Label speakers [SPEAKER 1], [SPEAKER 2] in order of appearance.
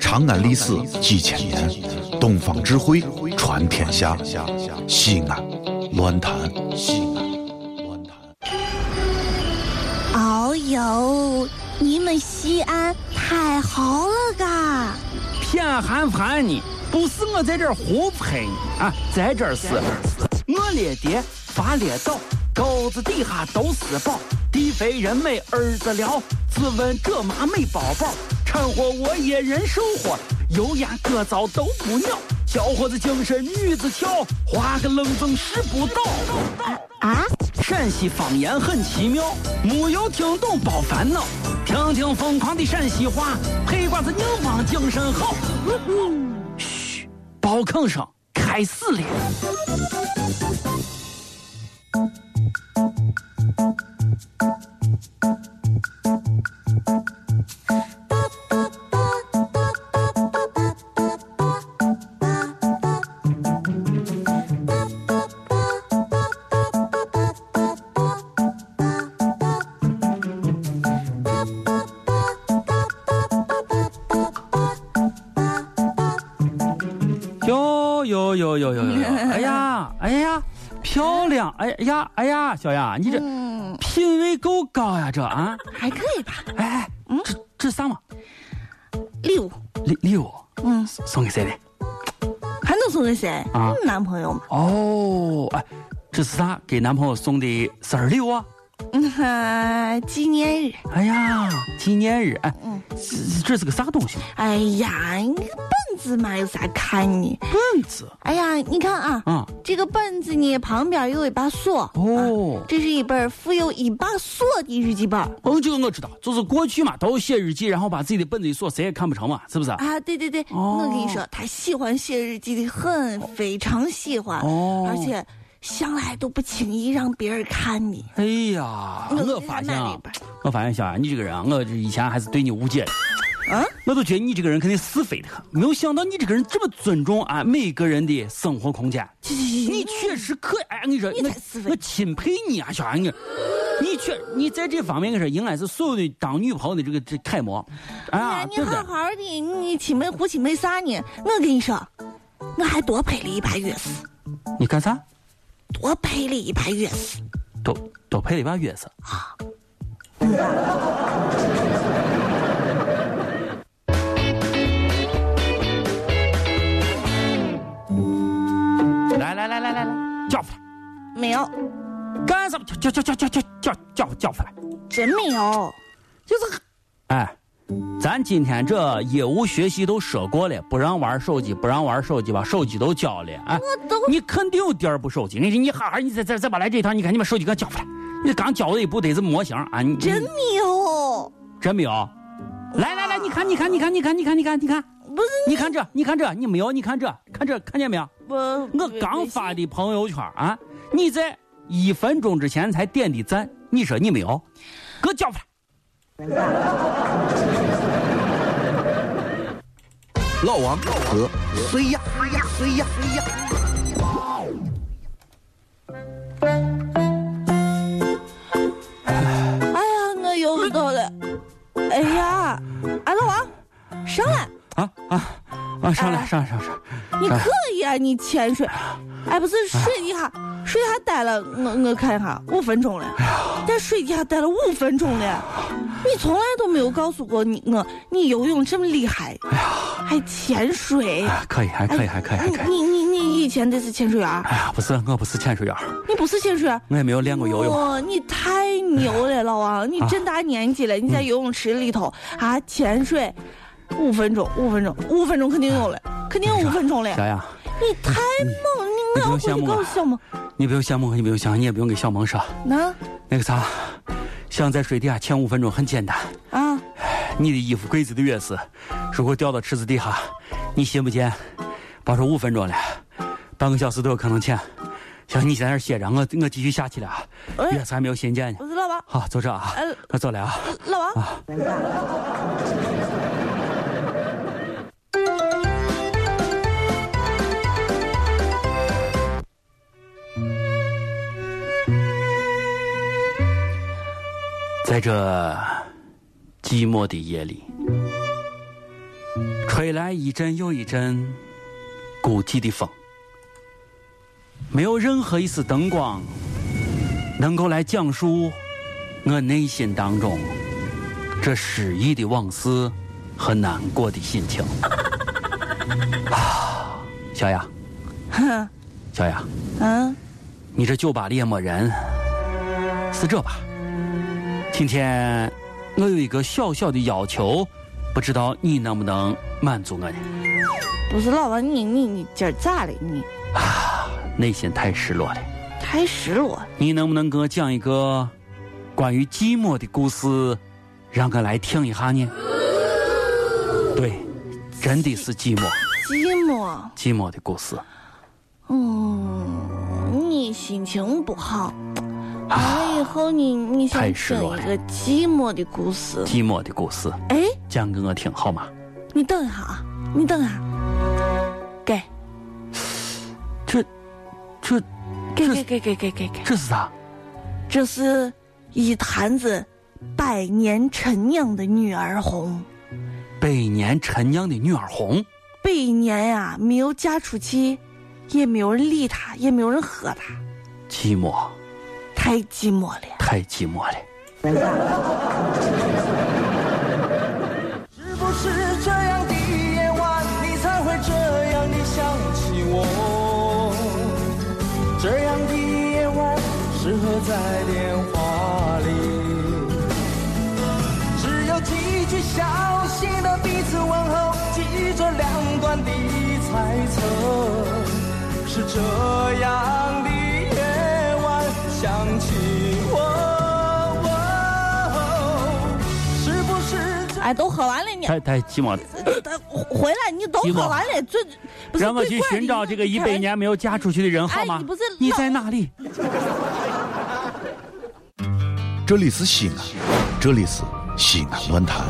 [SPEAKER 1] 长安历史几千年，东方智慧传天下。西安，乱谈西安，乱谈。
[SPEAKER 2] 哦呦，你们西安太好了嘎！
[SPEAKER 3] 偏寒寒你，不是我在这儿胡喷你啊，在这儿是，我列爹发列倒，沟子底下都是宝，地肥人美儿子了，自问这妈没宝宝，掺和我也人生活，油盐各糟都不尿，小伙子精神女子俏，花个愣风拾不倒。
[SPEAKER 2] 啊，
[SPEAKER 3] 陕西方言很奇妙，没有听懂别烦恼，听听疯狂的陕西话，黑瓜子硬邦精神好。嘘，包吭声开始了。哟哟哟哟哟哟！哎呀，哎呀，漂亮！哎呀，哎呀，小雅，你这
[SPEAKER 2] 嗯，
[SPEAKER 3] 品味够高呀，这啊！
[SPEAKER 2] 还可以吧？
[SPEAKER 3] 哎哎，这这啥嘛？
[SPEAKER 2] 礼物，
[SPEAKER 3] 礼礼物
[SPEAKER 2] 嗯，
[SPEAKER 3] 送给谁的？
[SPEAKER 2] 还能送给谁？
[SPEAKER 3] 啊
[SPEAKER 2] 嗯男朋友嘛。
[SPEAKER 3] 哦，哎，这是啥？给男朋友送的生日礼物啊？
[SPEAKER 2] 嗯哈，纪念日。
[SPEAKER 3] 哎呀，纪念日，哎，
[SPEAKER 2] 嗯
[SPEAKER 3] 这这是个啥东西？
[SPEAKER 2] 哎呀，你个本子嘛，有啥看你？
[SPEAKER 3] 棍子
[SPEAKER 2] 哎呀，你看啊，
[SPEAKER 3] 啊！
[SPEAKER 2] 这个本子呢旁边有一把锁。
[SPEAKER 3] 哦
[SPEAKER 2] 啊这是一本附有一把锁的日记本儿
[SPEAKER 3] 哦，这个我知道，就是过去嘛，都写日记，然后把自己的本子一锁，谁也看不成嘛，是不是？
[SPEAKER 2] 啊！对对对，
[SPEAKER 3] 哦
[SPEAKER 2] 我跟你说，他喜欢写日记的很，非常喜欢，
[SPEAKER 3] 哦
[SPEAKER 2] 而且向来都不轻易让别人看的。
[SPEAKER 3] 哎呀，
[SPEAKER 2] 我给他
[SPEAKER 3] 我发现
[SPEAKER 2] 买了
[SPEAKER 3] 啊
[SPEAKER 2] 一本儿，
[SPEAKER 3] 我发现小杨，你这个人啊，我这以前还是对你误解的。
[SPEAKER 2] 啊，
[SPEAKER 3] 我都觉得你这个人肯定是非的很，没有想到你这个人这么尊重啊每个人的生活空间。你
[SPEAKER 2] 你
[SPEAKER 3] 确实可哎，我跟你说，
[SPEAKER 2] 你
[SPEAKER 3] 我
[SPEAKER 2] 才四分
[SPEAKER 3] 我钦佩你啊，小杨你，你确你在这方面我说应该是所有的当女朋友的这个这楷模，哎呀，
[SPEAKER 2] 你
[SPEAKER 3] 对不对
[SPEAKER 2] 好？好的，你亲没胡亲没啥呢？我跟你说，我还多配了一把钥匙，
[SPEAKER 3] 你干啥？
[SPEAKER 2] 多配了一把钥匙。
[SPEAKER 3] 多多配了一把钥匙。来来来来来来，叫出来！
[SPEAKER 2] 没有，
[SPEAKER 3] 干什么？叫叫叫叫叫叫叫叫叫出来！
[SPEAKER 2] 真没有。
[SPEAKER 3] 就是，哎，咱今天这业务学习都说过了，不让玩手机，不让玩手机，把手机都交了。哎，
[SPEAKER 2] 我都
[SPEAKER 3] 你肯定有第二部手机。你你好好，你再再再把来这一套，你看你把手机给我交出来。你刚交的一部得是模型啊，你
[SPEAKER 2] 真没有，
[SPEAKER 3] 真没有。来来来，你看你看你看你看你看你看你看，
[SPEAKER 2] 不是
[SPEAKER 3] 你看这你看这你没有，你看这看这看见没有？
[SPEAKER 2] 我
[SPEAKER 3] 我刚发的朋友圈啊，你在一分钟之前才点的赞，你说你没有？给我交出来！
[SPEAKER 4] 老王和谁呀？谁呀？谁呀？
[SPEAKER 2] 哎呀，我又不到了。哎呀，俺老王，上来，
[SPEAKER 3] 啊啊啊！上来
[SPEAKER 2] 哎
[SPEAKER 3] 上来上来上
[SPEAKER 2] 你
[SPEAKER 3] 来！
[SPEAKER 2] 可以啊，你潜水。哎，不是水底下，水底下待了，我我看一下，五分钟了，
[SPEAKER 3] 哎
[SPEAKER 2] 在水底下待了五分钟了。你从来都没有告诉过你我，你游泳这么厉害，还潜水。
[SPEAKER 3] 哎，可以，还可以，还可以，还可以。
[SPEAKER 2] 你你你你以前得是潜水员儿，
[SPEAKER 3] 哎呀，不是，我不是潜水员儿，
[SPEAKER 2] 你不是潜水员儿，啊
[SPEAKER 3] 我也没有练过游泳。啊
[SPEAKER 2] 哇，你太牛了，老王！你真大年纪了，你
[SPEAKER 3] 嗯
[SPEAKER 2] 在游泳池里头啊潜水，五分钟，五分钟，五分钟肯定有
[SPEAKER 3] 哎
[SPEAKER 2] 了，肯定有五分钟了。
[SPEAKER 3] 小雅，
[SPEAKER 2] 你太猛，你我要回
[SPEAKER 3] 你不用
[SPEAKER 2] 去
[SPEAKER 3] 羡慕
[SPEAKER 2] 告
[SPEAKER 3] 我
[SPEAKER 2] 诉小萌，
[SPEAKER 3] 你不用羡慕我，你不用想，你也不用给小萌说
[SPEAKER 2] 那
[SPEAKER 3] 那个啥，想在水底下潜五分钟很简单。
[SPEAKER 2] 啊，
[SPEAKER 3] 你的衣服柜子的钥匙，如果掉到池子底下，你信不信？别说五分钟了，半个小时都有可能潜。行，你在那儿歇着，我我继续下去了啊。
[SPEAKER 2] 哎
[SPEAKER 3] 钥匙还没有新建呢
[SPEAKER 2] 我。是老王，
[SPEAKER 3] 好，就这啊
[SPEAKER 2] 哎，
[SPEAKER 3] 我走了啊。
[SPEAKER 2] 老王，
[SPEAKER 3] 在这寂寞的夜里，吹吹来一阵又一阵孤寂的风，没有任何一丝灯光能够来讲述我内心当中这失意的往事和难过的心情。 啊，小雅，
[SPEAKER 2] 哼，
[SPEAKER 3] 小雅，
[SPEAKER 2] 嗯，
[SPEAKER 3] 你这酒吧里也没人，是这吧？今天我有一个小小的要求，不知道你能不能满足我呢？
[SPEAKER 2] 不是老王，你你你今儿咋了？你
[SPEAKER 3] 内心太失落了。
[SPEAKER 2] 太失落了。
[SPEAKER 3] 你能不能给我讲一个关于寂寞的故事，让我来听一下呢？对，真的是寂寞，
[SPEAKER 2] 寂寞，
[SPEAKER 3] 寂寞的故事。
[SPEAKER 2] 嗯，你心情不好，完了以后你你想
[SPEAKER 3] 太失
[SPEAKER 2] 听
[SPEAKER 3] 落了
[SPEAKER 2] 一个寂寞的故事。
[SPEAKER 3] 寂寞的故事，
[SPEAKER 2] 哎，
[SPEAKER 3] 讲给我听好吗？
[SPEAKER 2] 你等一下啊，你等一下，给
[SPEAKER 3] 这、这、
[SPEAKER 2] 给给
[SPEAKER 3] 这
[SPEAKER 2] 给给给给给，
[SPEAKER 3] 这是啥？
[SPEAKER 2] 这是一坛子百年陈酿的女儿红。
[SPEAKER 3] 百年陈酿的女儿红，
[SPEAKER 2] 百年呀、没有嫁出去，也没有人理她，也没有人喝她，
[SPEAKER 3] 寂寞，
[SPEAKER 2] 太寂寞了呀。
[SPEAKER 3] 太寂寞了。
[SPEAKER 5] 是不是这样的夜晚，你才会这样的想起我？这样的夜晚适合在电话里，只有几句小心的彼此问候，记着两端的猜测。是这样的夜晚想起我，哦是不是这？
[SPEAKER 2] 哎，都喝完了你，
[SPEAKER 3] 太太寂寞了，
[SPEAKER 2] 呃回来你都
[SPEAKER 3] 寂寞
[SPEAKER 2] 喝完了，最不是
[SPEAKER 3] 让我
[SPEAKER 2] 最
[SPEAKER 3] 去
[SPEAKER 2] 怪的
[SPEAKER 3] 寻找
[SPEAKER 2] 你
[SPEAKER 3] 这个一
[SPEAKER 2] 看
[SPEAKER 3] 百年没有嫁出去的人好
[SPEAKER 2] 哎
[SPEAKER 3] 吗？
[SPEAKER 2] 你不是
[SPEAKER 3] 你
[SPEAKER 2] 老
[SPEAKER 3] 在哪里？
[SPEAKER 1] 这里是西安，这里是西安论坛。